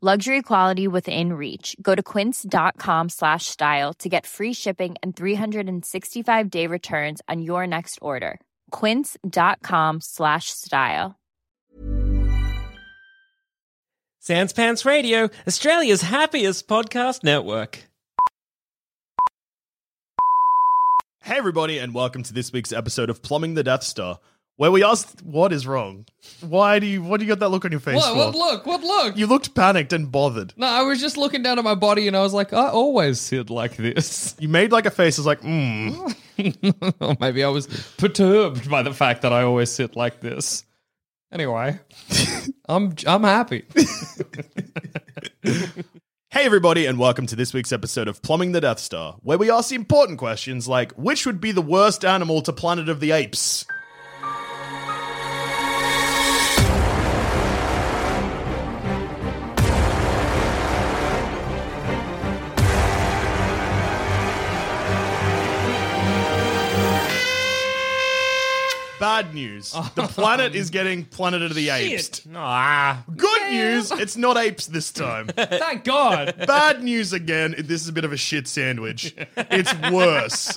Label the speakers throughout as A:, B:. A: Luxury quality within reach. Go to quince.com slash style to get free shipping and 365 day returns on your next order. Quince.com slash style.
B: Sans Pants Radio, Australia's happiest podcast network.
C: Hey, everybody, and welcome to this week's episode of Plumbing the Death Star, where we asked, "What is wrong? Why do you? What do you got that look on your face
D: What,
C: for?
D: what look? What look?
C: You looked panicked and bothered.
D: no, I was just looking down at my body and I was like, I always sit like this.
C: You made like a face. It's like, mm.
D: or maybe I was perturbed by the fact that I always sit like this. Anyway, I'm I'm happy.
C: Hey, everybody, and welcome to this week's episode of Plumbing the Death Star, where we ask important questions like, which would be the worst animal to Planet of the Apes? Bad news. The planet is getting Planet of the Apes.
B: Nah.
C: Good news, it's not apes this time.
D: Thank God.
C: Bad news again. This is a bit of a shit sandwich. It's worse.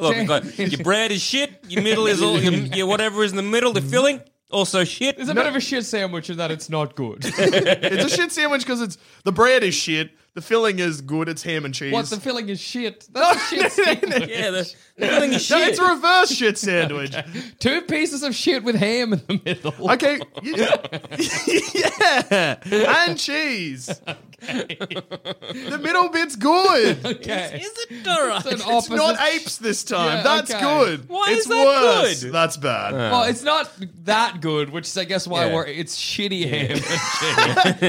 B: Look, we've got- your bread is shit, your middle is all, your, your whatever is in the middle,
D: Mm.
B: the filling, also shit.
D: It's a bit of a shit sandwich in that it's not good.
C: it's a shit sandwich because it's the bread is shit. The filling is good. It's ham and cheese.
D: what the filling is shit. That's a shit sandwich.
B: Yeah, the, the filling is
C: no,
B: shit.
C: it's a reverse shit sandwich. okay.
D: Two pieces of shit with ham in the middle.
C: you- yeah, and cheese. the middle bit's good.
D: Okay.
B: Is it alright?
D: It's an
C: It's
D: opposite-
C: not apes this time.
D: Yeah,
C: That's
D: okay.
C: good.
B: Why
C: it's
B: is that
C: worse.
B: good?
C: That's bad.
D: Well, it's not that good, which is, I guess, why
B: Yeah.
D: we're, it's shitty ham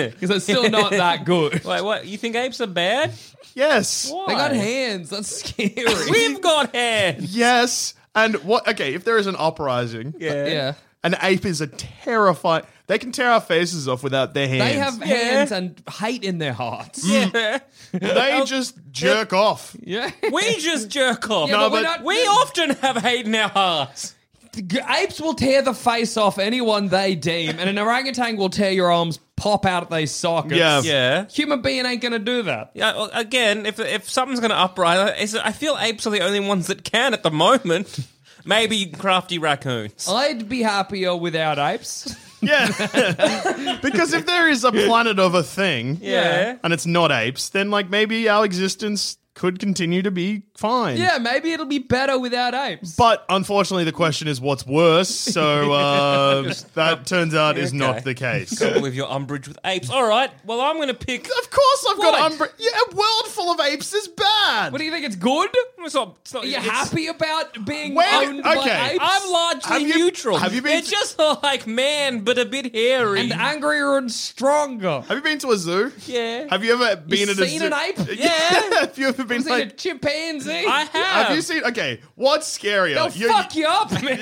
D: because it's still not that good.
B: Wait, what? You think apes are bad?
C: yes.
B: Why?
D: They got hands. That's scary.
B: We've got hands.
C: Yes. And what? Okay, if there is an uprising,
D: yeah.
C: An ape is a terrifying. They can tear our faces off without their hands.
D: They have hands and hate in their hearts.
B: Yeah.
C: They just jerk off.
D: Yeah.
B: We just jerk off.
D: Yeah,
C: No,
D: but we're
C: but-
D: not-
B: we often have hate in our hearts.
D: G- Apes will tear the face off anyone they deem, and an orangutan will tear your arms pop out of their sockets.
C: Yeah.
B: Yeah.
D: Human being ain't gonna do that.
B: Yeah, well, again, if if something's going to uprise, it's- I feel apes are the only ones that can at the moment. Maybe crafty
C: Oh,
B: raccoons.
D: I'd be happier without apes.
C: Yeah. because if there is a planet of a thing
B: Yeah.
C: and it's not apes, then like maybe our existence could continue to be fine.
D: yeah, maybe it'll be better without apes.
C: But unfortunately, the question is what's worse. So uh, that turns out is not
B: Okay.
C: the case.
B: Can't believe you're umbrage with apes. All right, well, I'm going to pick.
C: Of course, I've got
B: What?
C: umbre. Yeah, a world full of apes is bad.
D: what do you think? It's good?
B: It's not, it's not,
D: Are you
B: it's-
D: happy about being
C: Where-
D: owned
C: okay.
D: by apes?
B: I'm largely
C: Have you-
B: neutral.
C: have you been
B: They're
C: to-
B: just like man, but a bit hairy.
D: and angrier and stronger.
C: have you been to a zoo?
B: yeah,
C: Have you ever been
D: You've
C: at a
D: seen
C: zoo?
D: an ape?
B: Yeah.
C: have you ever been
D: I've seen
C: like?
D: a chimpanzee.
B: I have.
C: Have you seen? Okay, what's scarier?
D: They'll
C: You-
D: fuck you up, man.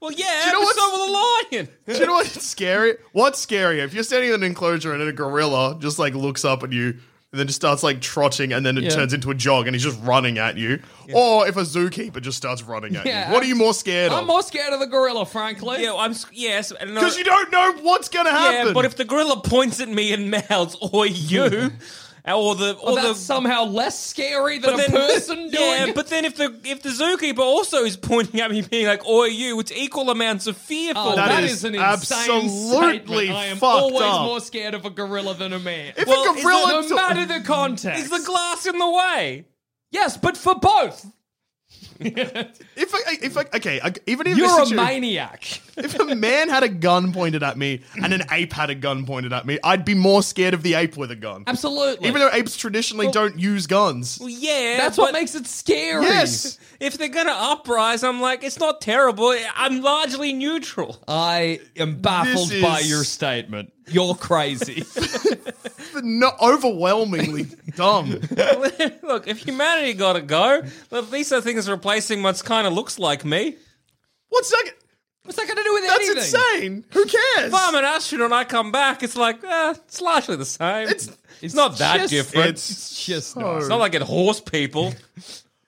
B: well, yeah,
C: you
B: but
C: know what's-
B: so will a lion.
C: Do you know what's scary? What's scary? If you're standing in an enclosure and a gorilla just like looks up at you and then just starts like trotting and then it
D: Yeah.
C: turns into a jog and he's just running at you, or if a zookeeper just starts running at
D: Yeah,
C: you, what are you more scared
D: I'm
C: of?
D: more scared of the gorilla, frankly.
B: Yeah, I'm. s- Yes, and no-
C: Because you don't know what's gonna happen.
B: Yeah, but if the gorilla points at me and mouths, or you, or the or
D: Well, that's
B: the
D: somehow less scary than a person doing
B: yeah,
D: it.
B: but then if the if the zookeeper also is pointing at me, being like, "Oi, you," it's equal amounts of fear for
D: Oh,
B: me.
C: That
D: that
C: is
D: is, an insane
C: absolutely
D: statement. I am
C: fucked
D: always
C: up.
D: more scared of a gorilla than a man.
C: if
B: well,
C: a
B: is
C: gorilla
D: no matter the context.
B: Is the glass in the way?
D: Yes, but for both.
C: If I, if I, okay, I- even if
D: You're
C: this
D: a
C: situ-
D: maniac.
C: if a man had a gun pointed at me and an ape had a gun pointed at me, I'd be more scared of the ape with a gun.
D: Absolutely.
C: Even though apes traditionally don't use guns.
B: Well, yeah,
D: That's what
B: but
D: makes it scary.
C: Yes.
B: If they're gonna uprise, I'm like, it's not terrible. I'm largely neutral.
D: I am baffled
C: This
D: by
C: is-
D: your statement. You're crazy.
C: They're Not overwhelmingly dumb.
B: Look, if humanity got to go, well, at least that thing is replacing what kind of looks like me.
C: What's that?
D: What's that got to do with
C: That's
D: anything?
C: insane. Who cares?
B: If I'm an astronaut and I come back, it's like, ah, it's largely the same. It's,
D: it's
B: not that
D: just-
B: different. It's,
C: It's
D: Just
B: not like it horse people.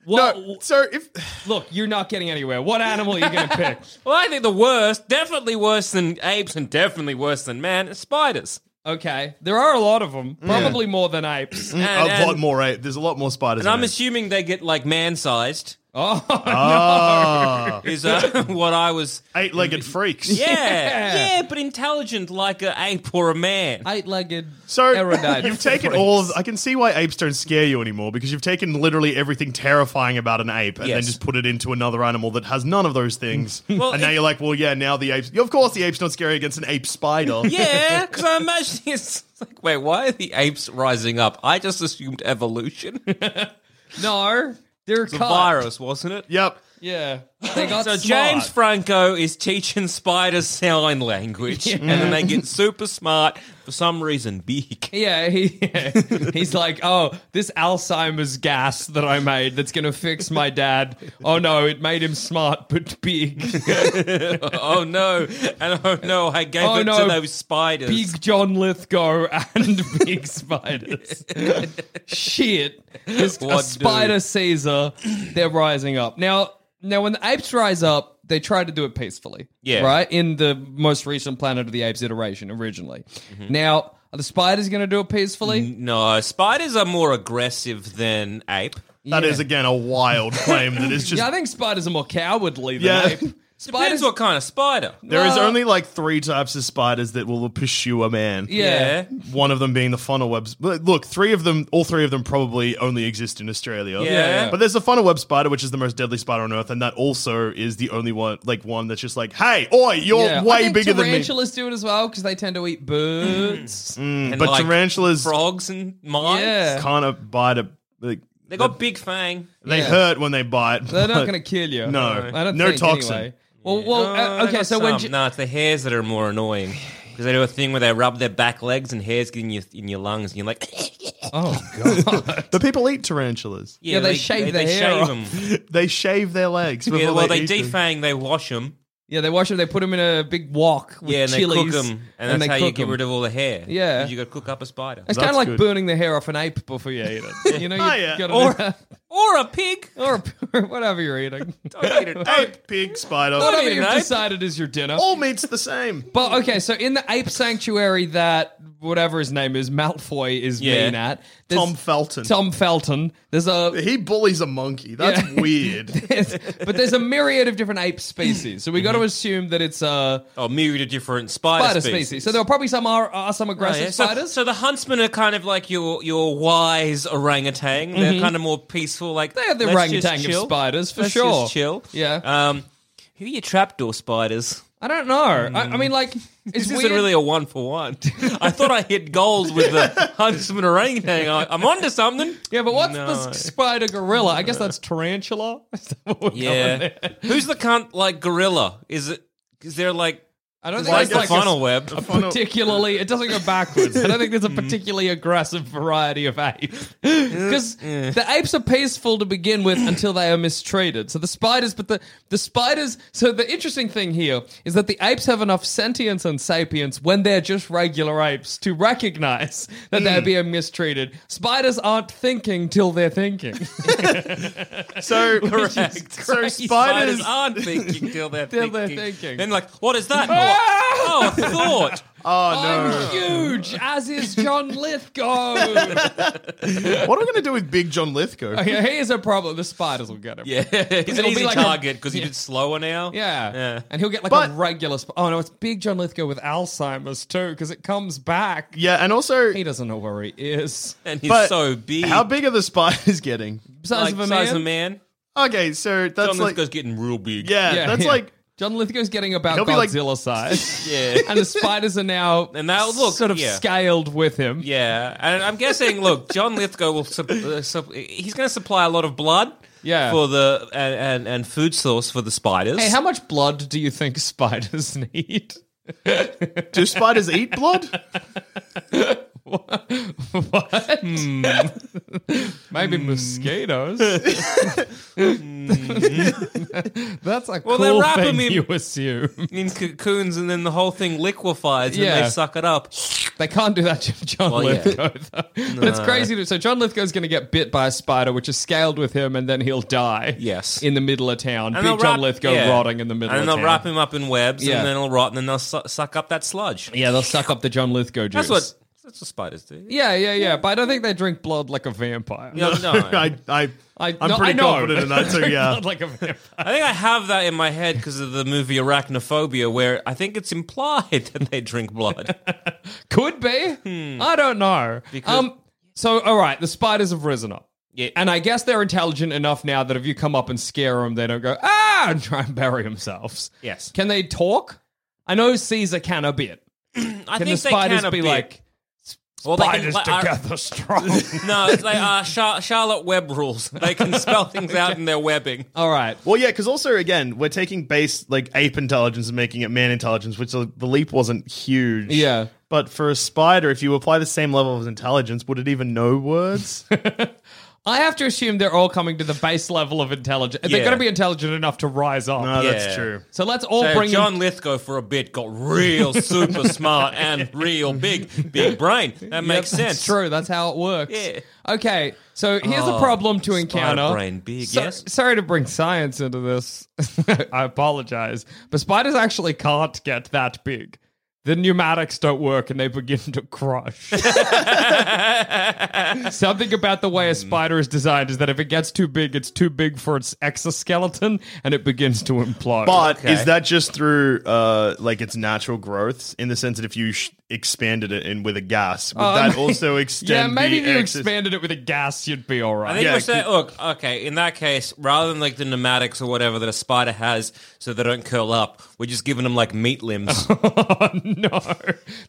D: What,
C: no. So if
D: Look, you're not getting anywhere. What animal are you going to pick?
B: Well, I think the worst, definitely worse than apes and definitely worse than man, is spiders.
D: Okay, there are a lot of them.
C: Mm.
D: Probably more than apes.
B: And,
C: a lot
B: and-
C: more ape, there's a lot more spiders.
B: and I'm
C: in
B: assuming they get like man sized,
D: Oh,
C: Ah,
B: is uh, what I was.
C: eight-legged freaks.
B: Yeah,
D: Yeah.
B: yeah, but intelligent like an ape or a man.
D: eight-legged.
C: So
D: Aerodynamics.
C: you've taken all. Of, I can see why apes don't scare you anymore because you've taken literally everything terrifying about an ape and then
B: Yes.
C: just put it into another animal that has none of those things.
B: Well,
C: and now
B: it-
C: you're like, well, yeah, now the apes. Of course, the ape's not scary against an ape spider.
B: Yeah, because I'm imagining it's like, wait, why are the apes rising up? I just assumed evolution. It's
D: No, they're
B: a
D: cut.
B: virus, wasn't it?
C: Yep.
D: Yeah, they got
B: So
D: smart.
B: James Franco is teaching spiders sign language, and then they get super smart for some reason. Big.
D: Yeah, he, yeah. he's like, oh, this Alzheimer's gas that I made that's going to fix my dad. Oh no, it made him smart but big.
B: Oh no! And oh no! I gave
D: Oh,
B: it
D: no.
B: to those spiders.
D: Big John Lithgow and Big Spiders. Shit. Just
B: What
D: a spider Caesar. They're rising up. Now, now when the apes rise up, they try to do it peacefully.
B: Yeah.
D: Right? In the most recent Planet of the Apes iteration originally.
B: Mm-hmm.
D: Now, are the spiders going to do it peacefully?
B: Mm, No, spiders are more aggressive than ape.
C: That is
D: Yeah.
C: again a wild claim that is just.
D: Yeah, I think spiders are more cowardly than
C: Yeah.
D: ape.
B: Depends
D: Spiders
B: what kind of spider.
C: there is
D: Well-
C: only like three types of spiders that will pursue a man.
D: yeah.
C: One of them being the funnel webs. but Look, three of them, all three of them probably only exist in Australia.
B: Yeah.
C: But there's the funnel web spider, which is the most deadly spider on earth, and that also is the only one, like one that's just like, hey, oi, you're
D: Yeah. I
C: way
D: think
C: bigger than me.
D: tarantulas do it as well because they tend to eat birds.
B: And,
C: but tarantulas-
B: frogs, and mice.
D: Yeah.
C: Kind of bite a. Like,
B: They got big fang.
C: they
D: Yeah.
C: hurt when they bite.
D: They're not
C: but-
D: going to kill you.
C: No.
D: I don't
C: No
D: think,
C: toxin.
D: Anyway. Well, well, uh, okay. So when J-
B: no, it's the hairs that are more annoying because they do a thing where they rub their back legs and hairs get in your in your lungs, and you're like,
D: oh god,
C: But people eat tarantulas.
B: yeah,
D: they shave their
B: they
D: hair
B: shave
D: off.
B: them.
C: They shave their legs. Before
B: Yeah, well, they
C: eat them.
B: defang, they wash them,
D: yeah, they wash them. They put them in a big wok with
B: yeah, and they
D: chilies,
B: cook them, and, that's
D: they
B: how you
D: cook
B: get
D: 'em.
B: rid of all the hair.
D: Yeah.
B: you got to cook up a spider
D: It's kind
C: That's
D: of like
C: good.
D: burning the hair off an ape before you eat it. You know, you
C: Oh, yeah.
D: gotta
B: Or-
D: do that.
B: or a pig.
D: or a- whatever you're eating,
B: Don't eat it.
C: Ape, pig, spider.
B: Don't
D: whatever
B: eat an
D: you've
B: ape.
D: decided is your dinner.
C: all meat's the same.
D: But okay, so in the ape sanctuary that whatever his name is, Malfoy is
B: Yeah.
D: mean at there's-
C: Tom Felton.
D: Tom Felton. There's a
C: He bullies a monkey. That's
D: Yeah.
C: weird.
D: but there's a myriad of different ape species, so we
B: Mm-hmm.
D: got to assume that it's uh, a
B: Oh, myriad of different spider, Oh,
D: spider species. So there are probably some are, are some aggressive
B: yeah. So-
D: spiders.
B: So, the huntsmen are kind of like your your wise orangutan. They're kind of more peaceful. Like
D: They're the
B: "Let's just
D: orangutan of
B: chill.
D: spiders, for
B: Let's
D: sure.
B: Just chill.
D: Yeah.
B: Um, who are your trapdoor spiders?
D: I don't know. I, I mean, like, it's
B: Hmm. This
D: weird.
B: isn't really a one for one. I thought I hit goals with the huntsman orangutan. I- I'm onto something.
D: yeah, but what's
B: No.
D: the spider gorilla? I guess that's tarantula. Is that what we're calling
B: Yeah.
D: it?
B: Who's the cunt like gorilla? Is it? Is there like
D: I don't think
B: like
D: that's
B: the
D: like
B: funnel
D: a,
B: web?
D: a particularly. It doesn't go backwards. I don't think there's a particularly aggressive variety of ape because the apes are peaceful to begin with until they are mistreated. So the spiders, but the the spiders. So the interesting thing here is that the apes have enough sentience and sapience when they're just regular apes to recognize that they're being mistreated. Spiders aren't thinking till they're thinking.
C: So
B: Correct.
C: So
B: Spiders,
C: spiders.
B: aren't thinking till they're
D: Till they're
B: thinking.
D: thinking. Ah!
B: Then like, what is that? Oh, Oh, thought.
D: I'm huge, as is John Lithgow.
C: What are we going to do with Big John Lithgow?
D: okay, here's a problem. The spiders will get him.
B: Yeah, he's an
D: It'll be
B: easy
D: like a-
B: target because he did slower now.
D: Yeah.
B: Yeah.
D: And he'll get like
C: But-
D: a regular sp- Oh no, it's big John Lithgow with Alzheimer's too cuz it comes back.
C: Yeah, and also,
D: He doesn't know where he is.
B: and he's
C: But
B: so big.
C: how big are the spiders getting?
D: Size
B: Like,
D: of a man.
B: size of a man.
C: Okay, so that's
B: John
C: like,
B: Lithgow's getting real big.
C: yeah, that's like,
D: John Lithgow's getting about
C: He'll be like-
D: Godzilla size.
B: Yeah.
D: and the spiders are now
B: And they'll look,
D: sort of
B: yeah.
D: scaled with him.
B: Yeah, and I'm guessing. Look, John Lithgow will. Sup- uh, sup- he's going to supply a lot of blood.
D: Yeah.
B: for the and, and and food source for the spiders.
D: Hey, how much blood do you think spiders need?
C: do spiders eat blood?
D: what? Maybe
B: Hmm.
D: mosquitoes. That's a
B: Well, they
D: cool
B: wrap 'em
D: thing
B: in-
D: you assume.
B: in cocoons, and then the whole thing liquefies, and
D: Yeah.
B: they suck it up.
D: They can't do that to John
B: Well, yeah.
D: Lithgow, though. But it's crazy. To, so John Lithgow's going to get bit by a spider, which is scaled with him, and then he'll die.
B: Yes.
D: in the middle of town,
B: And
D: big
B: they'll
D: John
B: wrap-
D: Lithgow
B: yeah.
D: rotting in the middle
B: and
D: of
B: they'll
D: town.
B: wrap him up in webs,
D: Yeah.
B: and then it'll rot, and then they'll su- suck up that sludge.
D: yeah, they'll suck up the John Lithgow juice.
B: That's what that's what spiders do.
D: Yeah, yeah, yeah. But I don't think they drink blood like a vampire.
B: No, no.
C: I, I,
D: I,
C: I'm
D: no,
C: pretty
D: I know.
C: confident in that too. Yeah,
D: blood like a vampire.
B: I think I have that in my head because of the movie Arachnophobia, where I think it's implied that they drink blood.
D: Could be.
B: Hmm.
D: I don't know. um. So, all right, the spiders have risen up.
B: Yeah.
D: And I guess they're intelligent enough now that if you come up and scare them, they don't go, ah, and try and bury themselves.
B: Yes.
D: Can they talk? I know Caesar can a bit.
B: I
D: Can
B: think
D: the spiders
B: they can a
D: be
B: bit.
D: like,
B: Well, they can-
D: spiders
B: like, I-
D: together strong?
B: No, it's like uh, Char- Charlotte Web rules. They can spell things out in their webbing.
D: all right.
C: Well, yeah, because also again, we're taking base like ape intelligence and making it man intelligence, which the the leap wasn't huge.
D: Yeah.
C: But for a spider, if you apply the same level of intelligence, would it even know words?
D: I have to assume they're all coming to the base level of intelligence. They're
B: Yeah.
D: going to be intelligent enough to rise up.
C: no,
B: Yeah.
C: that's true.
D: So let's all
B: So
D: bring
B: John Lithgow for a bit got real super smart and real big, big brain. That makes sense.
D: Yep, That's true. That's how it works.
B: Yeah.
D: Okay. So here's a
B: Oh,
D: problem to
B: spider
D: encounter.
B: brain big,
D: So-
B: yes?
D: Sorry to bring science into this. I apologize, but spiders actually can't get that big. The pneumatics don't work, and they begin to crush. Something about the
B: Hmm.
D: way a spider is designed is that if it gets too big, it's too big for its exoskeleton, and it begins to implode.
C: But
B: Okay.
C: is that just through uh like its natural growth in the sense that if you sh- expanded it in with a gas, would
B: Um,
D: Oh,
C: that
D: may-
C: also extend?
D: yeah, maybe if
C: the
D: you
C: excess-
D: expanded it with a gas, you'd be all right.
B: I think
C: Yeah,
B: we're saying, look, okay, in that case, rather than like the pneumatics or whatever that a spider has so they don't curl up, we're just giving them like meat limbs.
D: Oh no!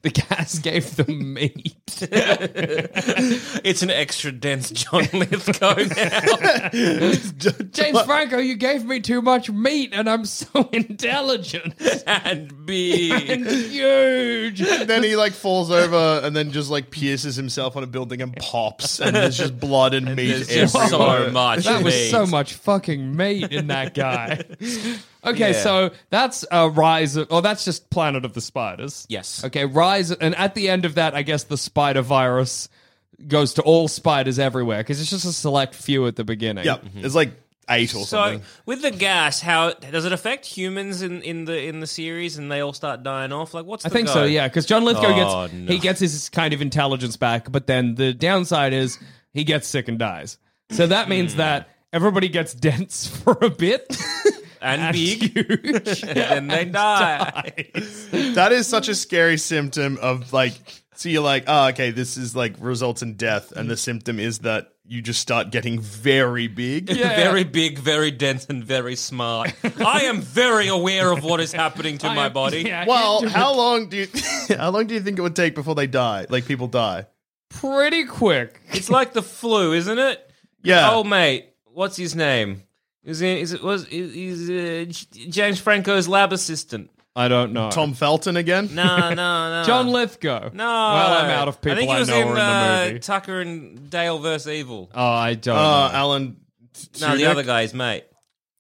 D: The gas gave them meat.
B: it's an extra dense John Lithgow now.
D: James Franco, you gave me too much meat, and I'm so intelligent
B: and big.
D: and huge.
C: Then he like falls over and then just like pierces himself on a building and pops, and there's just blood and meat
B: There's just
C: everywhere.
B: so much.
D: That was
B: meat.
D: so much fucking meat in that guy. Okay,
B: Yeah.
D: so that's a rise of, oh, that's just Planet of the Spiders.
B: Yes.
D: Okay, rise, and at the end of that, I guess the spider virus goes to all spiders everywhere because it's just a select few at the beginning.
C: Yep, it's like eight or
B: Mm-hmm. So
C: something.
B: with the gas, how does it affect humans in, in the in the series, and they all start dying off? Like, what's
D: I
B: the
D: think
B: go?
D: so, yeah. Because John Lithgow
B: Oh,
D: gets
B: no.
D: he gets his kind of intelligence back, but then the downside is he gets sick and dies. So that means
B: Hmm.
D: that everybody gets dense for a bit
B: and,
D: and
B: big,
D: huge.
B: and they die.
C: That is such a scary symptom of like. So you're like, oh, okay, this is like results in death, and the symptom is that you just start getting very big.
D: Yeah.
B: Very big, very dense, and very smart. I am very aware of what is happening to my body.
D: Yeah,
C: Well,
D: into-
C: how long do you how long do you think it would take before they die? Like people die.
D: pretty quick.
B: It's like the flu, isn't it?
C: Yeah.
B: Oh, mate, what's his name? Is it, is it was is, is uh, J- James Franco's lab assistant?
D: I don't know.
C: Tom Felton again?
B: No, no, no.
D: John Lithgow.
B: No.
D: Well, I'm out of people I,
B: I think he was
D: know
B: in,
D: are in the
B: uh,
D: movie.
B: Tucker and Dale versus Evil.
D: oh, I don't.
C: Uh,
D: know.
C: Alan.
B: no, the
C: Tudyk?
B: other guy's mate.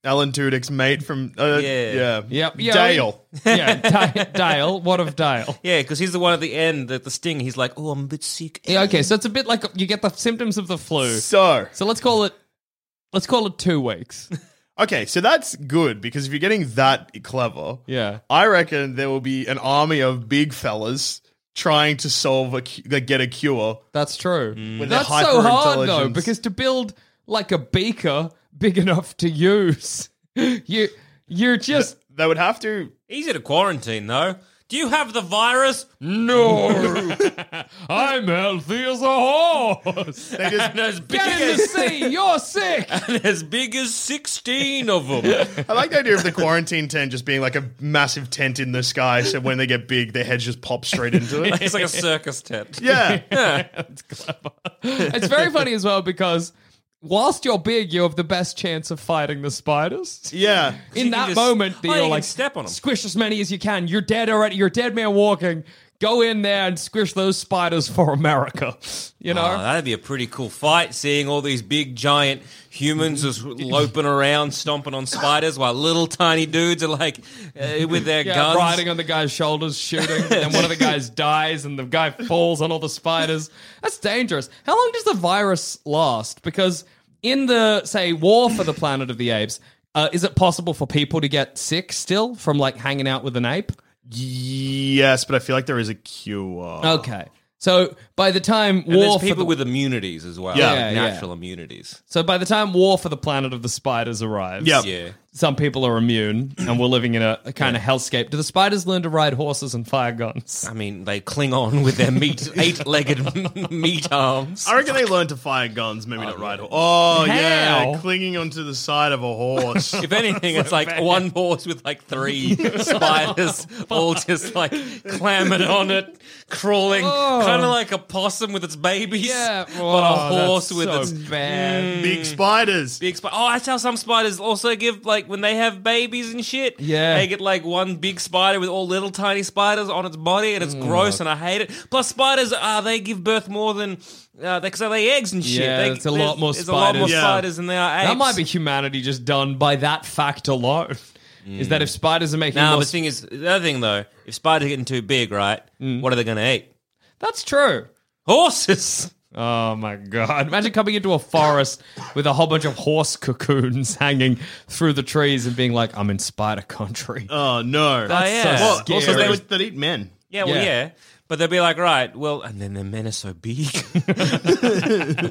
C: Alan Tudyk's mate from uh,
B: Yeah.
C: yeah.
D: Yep. Yeah, oh,
C: Dale.
D: yeah, Di- Dale. What of Dale?
B: Yeah, because he's the one at the end, the, the sting. He's like, oh, I'm a bit sick.
D: Yeah, okay, so it's a bit like you get the symptoms of the flu.
C: So
D: So let's call it. Let's call it two weeks.
C: Okay, so that's good because if you're getting that clever,
D: Yeah.
C: I reckon there will be an army of big fellas trying to solve a cu- like, get a cure.
D: That's true.
B: Mm.
C: With
D: That's
C: their
D: so hard though,
C: hyper-intelligence.
D: because to build like a beaker big enough to use, you you're just
C: They would have to.
B: Easy to quarantine though. Do you have the virus?
D: no. I'm healthy as a horse.
C: They just,
B: And as big
D: Get in the
B: as,
D: sea. You're sick.
B: and as big as sixteen of them.
C: I like the idea of the quarantine tent just being like a massive tent in the sky. So when they get big, their heads just pop straight into it.
B: it's like a circus tent.
C: Yeah,
D: It's very funny as well because whilst you're big, you have the best chance of fighting the spiders.
C: yeah.
D: in
B: you
D: that
B: can just-
D: moment that
B: oh, you
D: you're
B: can
D: like
B: step on 'em.
D: squish as many as you can you're dead already you're a dead man walking go in there and squish those spiders for america you know
B: Oh, that'd be a pretty cool fight, seeing all these big giant humans just loping around, stomping on spiders, while little tiny dudes are like uh, with their
D: yeah,
B: guns.
D: riding on the guy's shoulders, shooting, and one of the guys dies, and the guy falls on all the spiders. That's dangerous. How long does the virus last? Because in the say War for the Planet of the Apes, uh, is it possible for people to get sick still from like hanging out with an ape?
C: Yes, but I feel like there is a cure.
D: Okay, so by the time
B: Oh. And
D: War
B: there's
D: for
B: people
D: the-
B: with immunities as well,
C: Yeah.
D: Yeah,
B: natural immunities.
D: So by the time War for the Planet of the Spiders arrives,
C: Yep.
B: Yeah.
D: some people are immune and we're living in a, a kind of hellscape. Do the spiders learn to ride horses and fire guns?
B: I mean, they cling on with their meat, eight-legged meat arms.
C: I reckon they learn to fire guns, maybe not ride. Oh
D: How?
C: yeah, clinging onto the side of a horse.
B: If anything, it's like one horse with like three spiders all just like clamming on it, crawling,
D: Oh.
B: kind of like a possum with its babies.
D: Yeah,
B: but
D: oh,
B: a horse
D: that's
B: with
D: so
B: its
D: bad.
C: Big spiders.
B: Big spider. Oh, that's how some spiders also give like when they have babies and shit.
D: Yeah.
B: they get like one big spider with all little tiny spiders on its body, and it's gross,
D: Mm.
B: and I hate it. Plus, spiders uh, they give birth more than uh, they, cause they lay eggs and shit.
D: Yeah,
B: they,
D: it's a lot more
B: there's a lot more
D: spiders.
C: Yeah.
B: spiders than there are apes.
D: That might be humanity just done by that fact alone. Is that if spiders are making
B: No,
D: more
B: but the thing is, the other thing though, if spiders are getting too big, right?
D: Mm.
B: What are they going to eat?
D: sp- that's true.
B: Horses.
D: Oh my god! Imagine coming into a forest with a whole bunch of horse cocoons hanging through the trees and being like, "I'm in spider country."
C: Oh no.
B: Oh,
D: That's
B: yeah.
D: so
C: well,
D: scary.
C: also they would that eat men.
B: Yeah, well,
D: Yeah.
B: yeah. But they'll be like, right, well, and then the men are so big.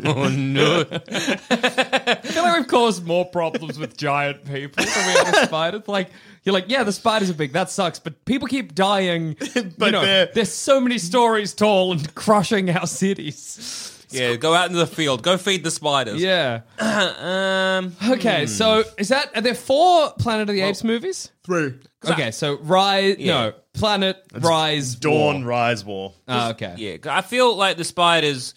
B: oh no!
D: I feel like we've caused more problems with giant people than we have with spiders. Like you're like, yeah, the spiders are big. That sucks, but people keep dying. but
C: But they're-
D: there's so many stories tall and crushing our cities.
B: Yeah, go out into the field. Go feed the spiders.
D: Yeah.
B: Um,
D: Okay. So is that are there four Planet of the Apes movies?
C: Three.
D: Okay. So Rise. No. Planet Rise.
C: Dawn,
D: War.
C: Rise, War.
D: Ah, okay.
B: yeah, I feel like the spiders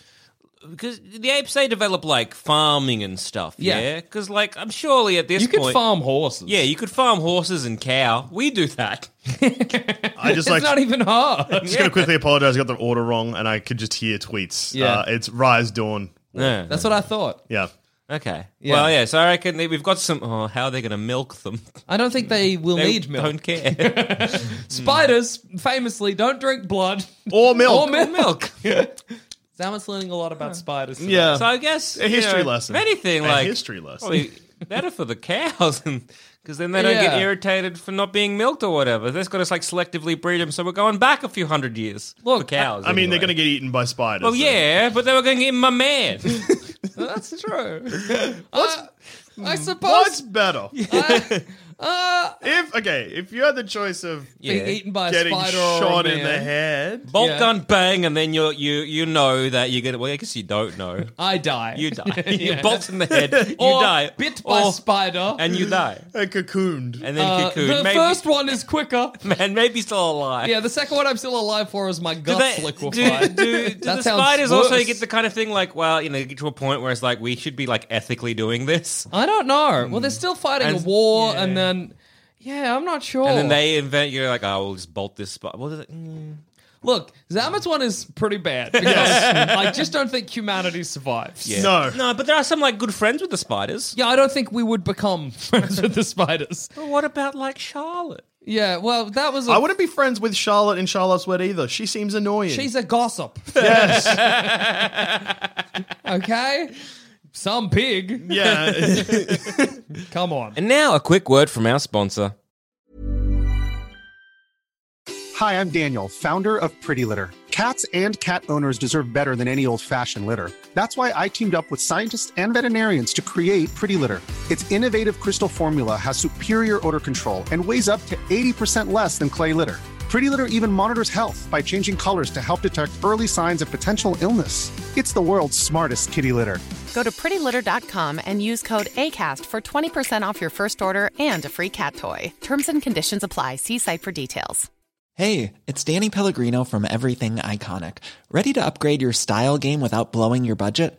B: because the apes they develop like farming and stuff.
D: Yeah.
B: Yeah, because like I'm surely at this
D: You
B: point,
D: could farm horses.
B: Yeah, you could farm horses and cow. We do that.
C: I just
D: It's
C: like
D: not even hard.
C: just gonna quickly apologize. I got the order wrong, and I could just hear tweets.
D: Yeah.
C: Uh, it's Rise, Dawn.
B: Yeah.
D: That's what I thought.
C: Yeah.
B: Okay.
D: Yeah.
B: Well, yeah. So I reckon that we've got some. Oh, how are they going to milk them?
D: I don't think they will
B: They
D: need milk.
B: Don't care.
D: Spiders famously don't drink blood.
C: Or milk.
D: Or milk. Zamet's learning a lot about spiders. today.
C: Yeah.
B: So I guess
C: a history
B: you know,
C: lesson.
B: If anything,
C: a
B: like
C: history lesson.
B: probably better for the cows, because then they don't
D: Yeah.
B: get irritated for not being milked or whatever. That's got to like selectively breed them. So we're going back a few hundred years. Look, cows.
C: I mean, they're gonna
B: anyway.
C: get eaten by spiders.
B: Well,
C: so-
B: yeah, but they were going to get my man.
D: That's true. I, I
C: What's
D: suppose
C: better?
D: uh,
C: if okay, if you had the choice of
B: Yeah.
D: being eaten by a
C: getting
D: spider
C: shot
D: or a
C: in the
D: man,
C: head,
B: Bolt
D: Yeah.
B: gun bang, and then you you you know that you get. Well, I guess you don't know.
D: I die.
B: You die.
D: Yeah.
B: You bolt in the head. You
D: or
B: die.
D: Bit by
B: Or-
D: spider.
B: and you die.
C: a cocooned.
B: And then
D: Uh,
B: cocoon.
D: the
B: maybe,
D: first one is quicker.
B: and maybe still alive.
D: Yeah, the second one I'm still alive for is my
B: Do,
D: guts
B: they, do, do,
D: liquefied.
B: do
D: That
B: the
D: sounds
B: spiders also
D: worse.
B: get the kind of thing like, well, you know, you get to a point where it's like we should be like ethically doing this,
D: I don't know. Well, they're still fighting a
B: Hmm. And-
D: war,
B: yeah.
D: and then yeah, I'm not sure.
B: and then they invent you're like, oh, we'll just bolt this spot. Well, it, mm.
D: look. Zamet's one is pretty bad because I just don't think humanity survives.
B: yeah.
C: No.
B: no, but there are some like good friends with the spiders.
D: Yeah, I don't think we would become friends with the spiders.
B: But what about like Charlotte?
D: Yeah, well, that was. a
C: I wouldn't be friends with Charlotte in Charlotte's Wet either. She seems annoying.
D: She's a gossip.
C: yes.
D: Okay. some pig.
C: Yeah.
D: Come on.
B: And now a quick word from our sponsor.
E: Hi, I'm Daniel, founder of Pretty Litter. Cats and cat owners deserve better than any old fashioned litter. That's why I teamed up with scientists and veterinarians to create Pretty Litter. Its innovative crystal formula has superior odor control and weighs up to 80% less than clay litter. Pretty Litter even monitors health by changing colors to help detect early signs of potential illness. It's the world's smartest kitty litter.
F: Go to prettylitter.com and use code ACAST for 20% off your first order and a free cat toy. Terms and conditions apply. See site for details.
G: Hey, it's Danny Pellegrino from Everything Iconic. Ready to upgrade your style game without blowing your budget?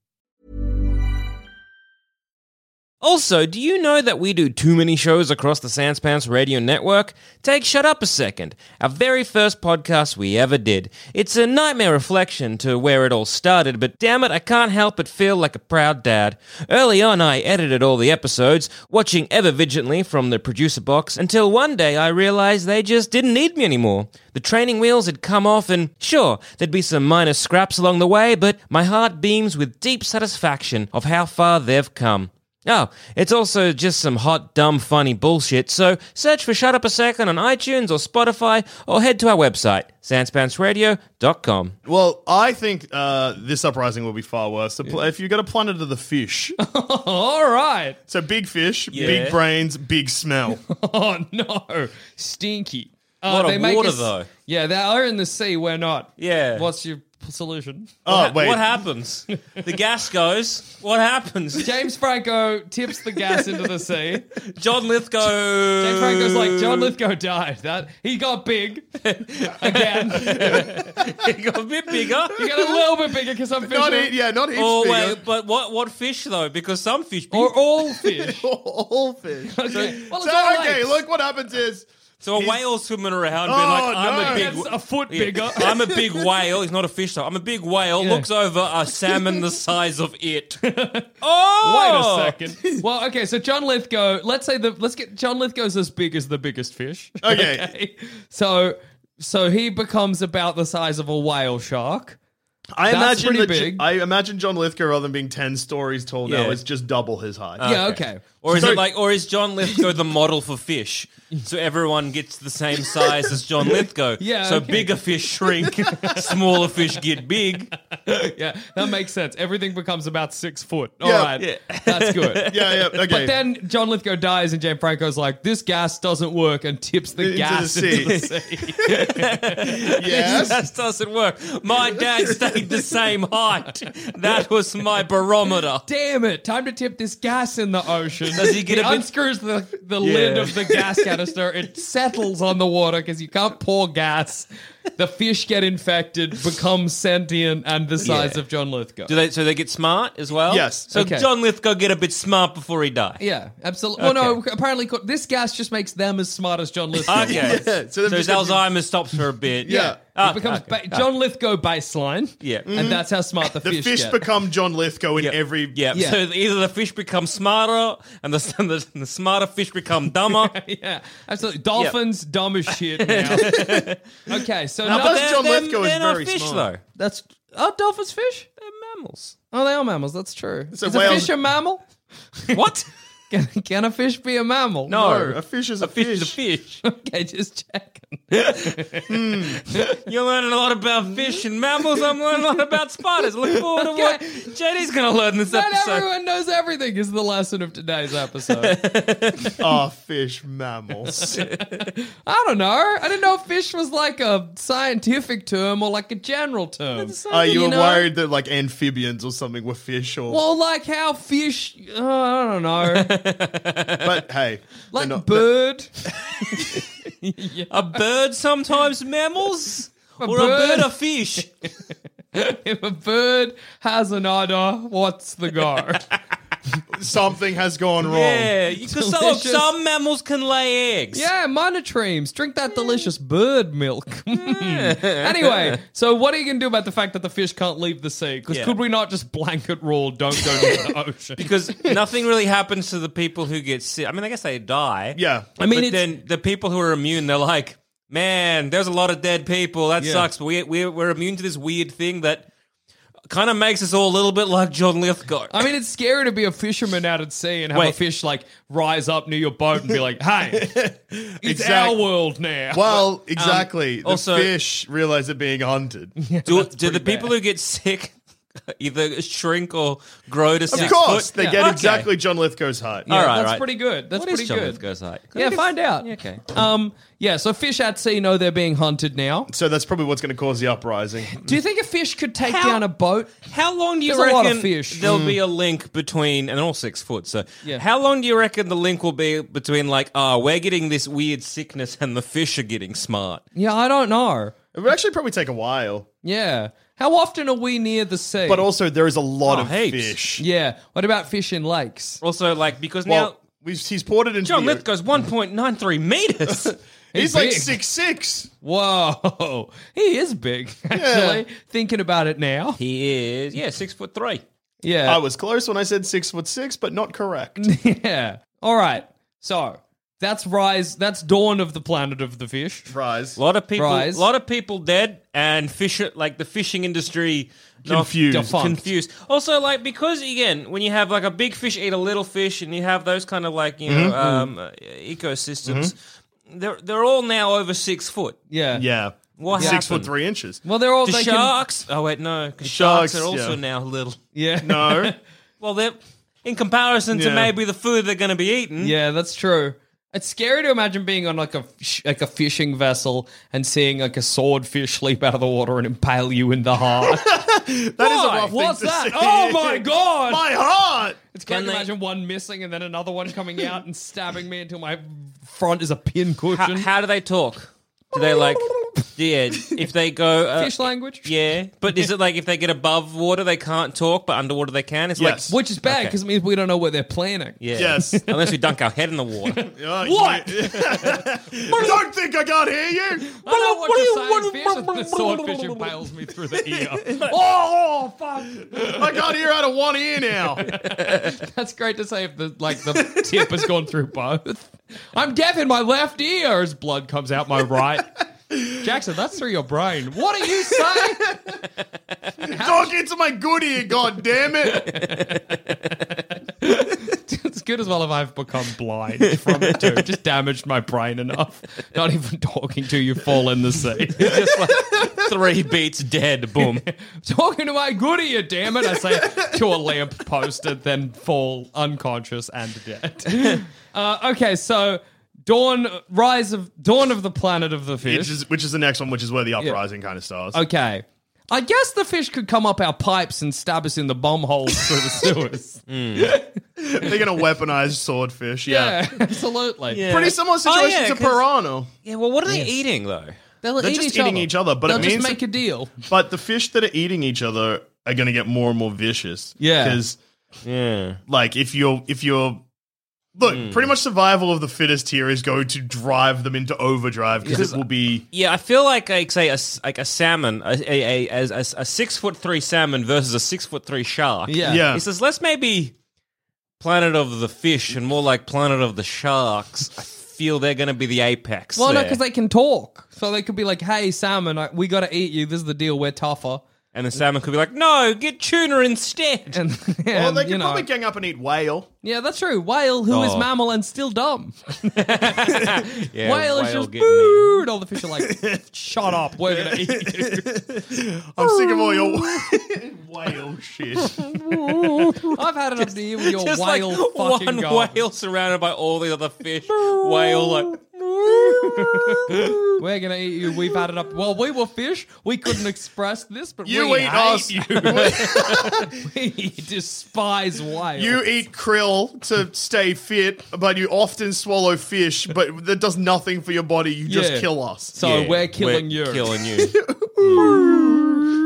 B: Also, do you know that we do too many shows across the Sans Pants Radio Network? Take Shut Up a Second, our very first podcast we ever did. It's a nightmare reflection to where it all started, but damn it, I can't help but feel like a proud dad. Early on, I edited all the episodes, watching ever vigilantly from the producer box, until one day I realized they just didn't need me anymore. The training wheels had come off, and sure, there'd be some minor scraps along the way, but my heart beams with deep satisfaction of how far they've come. Oh, it's also just some hot, dumb, funny bullshit, so search for Shut Up a Second on iTunes or Spotify or head to our website, sanspantsradio.com.
C: well, I think uh, this uprising will be far worse. So pl- If you got to plunder to the fish,
D: All right.
C: so big fish,
B: Yeah.
C: big brains, big smell.
D: Oh no, stinky. Uh,
B: Lot of
D: they make
B: water,
D: us-
B: though.
D: Yeah, they are in the sea. We're not.
B: Yeah.
D: What's your p- solution?
C: Oh wait,
B: What happens? the gas goes. What happens?
D: James Franco tips the gas into the sea.
B: John Lithgow.
D: James Franco's like John
C: Uh.
D: Lithgow died. That he got big again.
B: He got a bit bigger.
D: he got a little bit bigger because I'm fishing.
C: not eat, yeah, not each
B: Oh,
C: bigger.
B: wait, but what, what fish, though? Because some fish. Big.
D: Or all fish.
C: all fish.
D: Okay. Well,
C: So,
D: it's all
C: okay,
D: lakes.
C: look what happens is
B: so a
C: he's-
B: whale swimming around being
C: Oh,
B: like, I'm
C: no.
B: a big.
D: That's a foot
B: Yeah.
D: bigger.
B: I'm a big whale. He's not a fish, though. I'm a big whale.
D: Yeah.
B: Looks over a salmon the size of it. oh!
D: Wait a second. Well, okay, so John Lithgow, let's say the let's get John Lithgow's as big as the biggest fish.
C: Okay.
D: So so he becomes about the size of a whale shark.
C: I
D: That's
C: imagine
D: pretty
C: that
D: big.
C: I imagine John Lithgow rather than being ten stories tall
B: Yeah.
C: now is just double his height.
D: yeah, Uh, okay.
B: Or is
C: So-
B: it like, or is John Lithgow the model for fish? So everyone gets the same size as John Lithgow.
D: Yeah,
B: So
D: okay.
B: bigger fish shrink, smaller fish get big.
D: Yeah, that makes sense. Everything becomes about six foot. All
C: Yeah.
D: right, That's good.
C: yeah, yeah, okay.
D: But then John Lithgow dies, and James Franco's like, "This gas doesn't work," and tips the
C: Into
D: gas
C: the
D: into the sea.
C: yes,
B: That doesn't work. My dad stayed the same height. That was my barometer.
D: Damn it! Time to tip this gas in the ocean.
B: Does he get a bit-
D: unscrews the, the lid of the gas canister. It settles on the water because you can't pour gas. The fish get infected, become sentient, and the size
B: Yeah.
D: of John Lithgow.
B: Do they? So they get smart as well.
C: Yes.
B: So
D: Okay.
B: John Lithgow get a bit smart before he dies.
D: yeah, absolutely. Well, no, apparently co- this gas just makes them as smart as John Lithgow.
B: Okay.
C: Yeah, so
B: So,
C: they've
B: his
C: just got-
B: Alzheimer's stops for a bit.
C: yeah.
B: Okay,
D: it becomes
B: okay,
D: ba- John Lithgow baseline.
B: Yeah.
D: and that's how smart the,
C: The
D: fish,
C: fish
D: get.
C: become John Lithgow in
B: Yep.
C: every.
B: Yeah.
D: Yeah.
B: So either the fish become smarter, and the and the, the smarter fish become dumber.
D: yeah, absolutely. Dolphins dumb as shit. Now. okay, so
C: No,
D: no,
C: but John Lithgow is
B: they're not
C: very
B: fish,
C: smart.
B: though.
D: that's are dolphins fish?
B: They're mammals.
D: Oh, they are mammals. That's true.
C: So
D: is a
C: whales-
D: fish a mammal?
B: What?
D: Can, can a fish be a mammal?
C: No, a fish is a,
B: Fish is a fish.
C: fish.
D: Okay, just checking.
B: You're learning a lot about fish and mammals. I'm learning a lot about spiders. Look forward to what Jenny's going to learn this
D: Not
B: episode.
D: everyone knows everything is the lesson of today's episode.
C: Are Ah, fish mammals?
D: I don't know. I didn't know if fish was like a scientific term or like a general term.
C: Are Oh, Uh, you,
D: You
C: were
D: know-
C: worried that like amphibians or something were fish or?
D: Well, like how fish, uh, I don't know,
C: but hey,
D: like
C: not-
D: bird.
B: A bird sometimes mammals? or a
D: bird-
B: bird a fish?
D: if a bird has an udder, what's the go?
C: something has gone wrong.
B: yeah. Because some,
D: Delicious.
B: some mammals can lay eggs.
D: yeah, monotremes. Drink that delicious bird milk. Hmm. anyway, so what are you going to do about the fact that the fish can't leave the sea? Because
B: Yeah.
D: could we not just blanket rule don't go to the ocean?
B: Because nothing really happens to the people who get sick. I mean, I guess they die.
C: Yeah.
B: I mean,
D: mean,
B: but
D: it's-
B: then the people who are immune, they're like, man, there's a lot of dead people. That
D: Yeah.
B: sucks. But we, we, we're immune to this weird thing that kind of makes us all a little bit like John Lithgow.
D: I mean, it's scary to be a fisherman out at sea and have a
B: Wait.
D: fish like rise up near your boat and be like, "Hey, it's
C: Exact-
D: our world Um, now."
C: Well, exactly. the
B: also-
C: fish realize they're being hunted.
B: do, do the people who get sick either shrink or grow to six
C: Of course,
B: foot?
C: they get
B: Okay.
C: exactly John Lithgow's height.
B: All right,
D: that's
B: right.
D: pretty good. That's
B: What is
D: pretty
B: John
D: good.
B: Lithgow's height?
D: Yeah, find out.
B: okay.
D: Um, yeah. So fish at sea know they're being hunted now.
C: So that's probably what's going to cause the uprising.
D: Do you think a fish could take
B: How-
D: down a boat?
B: How long do you
D: There's a
B: reckon
D: lot of fish.
B: there'll be a link between, and all six foot, so
D: Yeah.
B: how long do you reckon the link will be between, like, oh, we're getting this weird sickness and the fish are getting smart?
D: Yeah, I don't know.
C: It would actually probably take a while.
D: Yeah. How often are we near the sea?
C: But also, there is a lot
B: Oh,
C: of
B: heaps.
C: fish.
D: yeah. What about fish in lakes?
B: Also, like, because now
C: Well, we've, he's ported into
B: John
C: the-
B: Lithgow's 1.93 meters.
C: He's like
D: big.
C: six six.
D: Whoa, he is big. Actually, thinking about it now.
B: he is, yeah, six foot three.
D: Yeah.
C: I was close when I said six foot six, but not correct.
D: Yeah. All right. So that's rise. That's dawn of the planet of the fish.
C: Rise.
B: A lot of people,
D: Rise.
B: a lot of people dead, and fish like the fishing industry not-
C: Confused.
D: Defunct.
B: confused. Also, like because again, when you have like a big fish eat a little fish, and you have those kind of like you know um, uh, ecosystems, they're they're all now over six foot.
D: Yeah.
C: Yeah.
B: What
C: six
B: happened?
C: foot three inches.
D: Well, they're all
B: The
D: they
B: sharks? Oh wait, no, 'cause sharks,
C: Sharks,
B: are also
C: yeah.
B: now little.
D: Can, yeah.
C: No.
B: Well, they're in comparison to
C: Yeah.
B: maybe the food they're going to be eating.
D: Yeah, that's true. It's scary to imagine being on like a fish- like a fishing vessel and seeing like a swordfish leap out of the water and impale you in the heart.
C: that is a
D: Why?
C: rough
D: What's
C: thing to
D: that?
C: see.
D: Oh my god!
C: My heart.
D: it's can
B: Can
D: to
B: they-
D: imagine one missing and then another one coming out and stabbing me until my front is a pin
B: How,
D: cushion.
B: how do they talk? Do they like? Yeah, if they go uh,
D: fish language.
B: Yeah, but is it like if they get above water they can't talk, but underwater they can? It's
C: Yes.
B: like
D: Which is bad because it means we don't know what they're planning.
B: yeah.
C: Yes.
B: unless we dunk our head in the water.
C: what? Don't think I can't hear you.
D: I don't watch a science fish and the swordfish impales me through the ear. oh, fuck!
C: I can't hear out of one ear now.
D: That's great to say if the like the tip has gone through both. I'm deaf in my left ear as blood comes out my right. Jackson, that's through your brain. What are you saying?
C: Talk into my good ear, god damn it.
D: it's good as well if I've become blind from it too. Just damaged my brain enough. Not even talking to you, fall in the sea.
B: Just like three beats dead, boom.
D: talking to my good ear, damn it. I say to a lamp post and then fall unconscious and dead. Uh, okay, so dawn, rise of dawn of the planet of the
C: Which
D: fish.
C: is, which is the next one, which is where the uprising kind of starts.
D: Okay. I guess the fish could come up our pipes and stab us in the bomb holes through the sewers.
C: They're going to weaponize swordfish. Yeah.
D: yeah, absolutely.
C: Pretty similar situation
B: Oh, yeah,
C: to
B: 'cause-
C: piranha.
B: Yeah, well, what are they eating though?
D: They'll
C: They're
D: eat
C: just
D: each
C: eating
D: other.
C: each other, but it
D: They'll
C: means-
D: just make a deal.
C: But the fish that are eating each other are going to get more and more vicious.
D: Yeah.
C: Because, like, if you're if you're Look, pretty much survival of the fittest here is going to drive them into overdrive because it will be.
B: Yeah, I feel like like say a s- like a salmon, a a, a, a, a six foot three salmon versus a six foot three shark.
D: Yeah.
C: Yeah.
B: he says let's maybe Planet of the Fish and more like Planet of the Sharks. I feel they're going to be the apex.
D: Well, no,
B: there.
D: because they can talk, so they could be like, "Hey, salmon, I, we got to eat you. This is the deal. We're tougher."
B: and the salmon could be like, no, get tuna instead.
D: And,
C: Well,
D: and,
C: they
D: you
C: can
D: know,
C: probably gang up and eat whale.
D: yeah, that's true. Whale, who is
B: Oh.
D: mammal and still dumb.
B: Yeah,
D: whale is just
B: getting eaten.
D: booed. All the fish are like, "Shut up, we're gonna eat you."
C: I'm sick of all your whale shit.
D: I've had enough of you with your
B: Just
D: whale
B: like
D: fucking
B: one
D: garbage.
B: whale surrounded by all the other fish. whale like.
D: We're gonna eat you. We've had it up. Well, we were fish. We couldn't express this, but
C: You
D: we
C: eat
D: hate
C: us.
D: You. we despise whales.
C: You eat krill to stay fit, but you often swallow fish, but that does nothing for your body. You just
D: Yeah.
C: kill us.
D: so
B: Yeah,
D: we're killing you.
B: Killing you.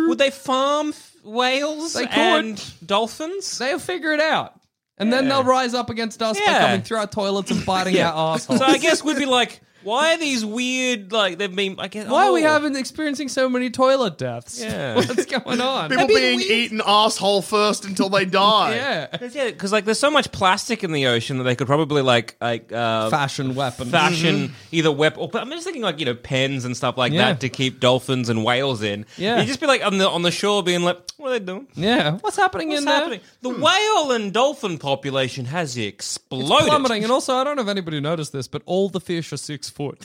B: Would they farm f- whales
D: They could.
B: and dolphins?
D: They'll figure it out, and then they'll rise up against us by
B: Yeah.
D: coming through our toilets and biting
B: Yeah.
D: our assholes.
B: so I guess we'd be like, why are these weird? Like they've been. I guess
D: Why are we
B: oh.
D: having experiencing so many toilet deaths?
B: Yeah.
D: What's going on?
C: People
B: be
C: being
B: weird.
C: eaten asshole first until they die.
D: yeah.
B: Yeah, because like there's so much plastic in the ocean that they could probably like like uh,
D: Fashion weapon.
B: fashion either weapon. Or, but I'm just thinking like you know pens and stuff like
D: Mm-hmm. Yeah.
B: that to keep dolphins and whales in.
D: Yeah.
B: you'd just be like on the on the shore being like, what are they doing?
D: Mm. Yeah. What's happening
B: What's
D: in
B: happening?
D: there? Hmm.
B: The whale and dolphin population has exploded.
D: Plummeting, and also I don't know if anybody noticed this, but all the fish are six foot.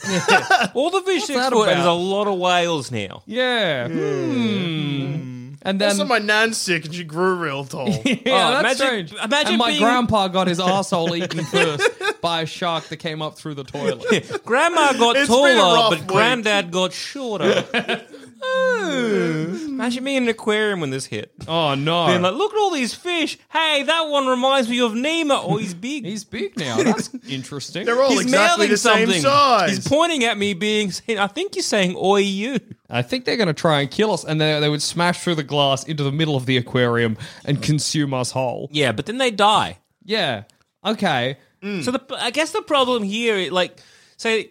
B: All the fish
D: that
B: export, and there's a
D: about?
B: lot of whales now.
D: Yeah. Hmm. And then
C: Also, my nan's sick and she grew real tall.
D: yeah,
B: Oh,
D: that's
B: imagine-
D: strange.
B: imagine
D: and my
B: being-
D: grandpa got his asshole eaten first by a shark that came up through the toilet.
B: Grandma got
C: It's been a
B: taller,
C: rough
B: but
C: week.
B: granddad got shorter. Oh. Imagine me in an aquarium when this hit.
D: Oh no.
B: Being like, look at all these fish. Hey, that one reminds me of Nemo. Oh, he's big.
D: He's big now. That's interesting.
C: They're all
B: He's
C: exactly
B: mailing
C: the same
B: something.
C: size.
B: He's pointing at me, being. saying, I think you're saying "Oi, you."
D: I think they're going to try and kill us, and they, they would smash through the glass into the middle of the aquarium and consume us whole.
B: Yeah, but then they die.
D: Yeah. Okay.
C: Hmm.
B: So the I guess the problem here, like, say,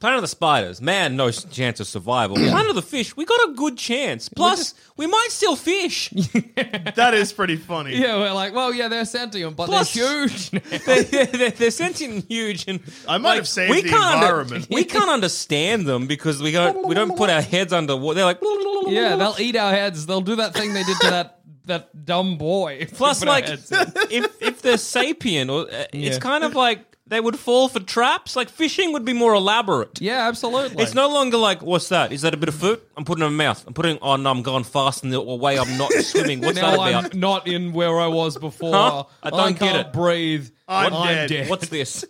B: Planet of the Spiders, man, no s- chance of survival. Planet of the Fish, we got a good chance. Plus, we might still fish.
C: that is pretty funny.
D: Yeah, we're like, well, yeah, they're sentient, but
B: Plus-
D: they're huge.
B: they're, they're, they're sentient and huge, and
C: I might have saved the
B: under-
C: environment.
B: we can't understand them because we don't we don't put our heads under water. They're like,
D: yeah, they'll eat our heads. They'll do that thing they did to that that dumb boy.
B: Plus,
D: Put our
B: like,
D: heads in.
B: if if they're sapient, or uh, it's
D: Yeah.
B: kind of like they would fall for traps. Like fishing would be more elaborate.
D: yeah, absolutely.
B: It's no longer like, what's that? Is that a bit of food? I'm putting it in my mouth. I'm putting, oh no, I'm going fast in the way I'm not swimming. What's that
D: now
B: about?
D: I'm not in where I was before.
B: Huh? I don't
D: can't
B: get it.
D: breathe.
C: I'm dead.
B: What's this?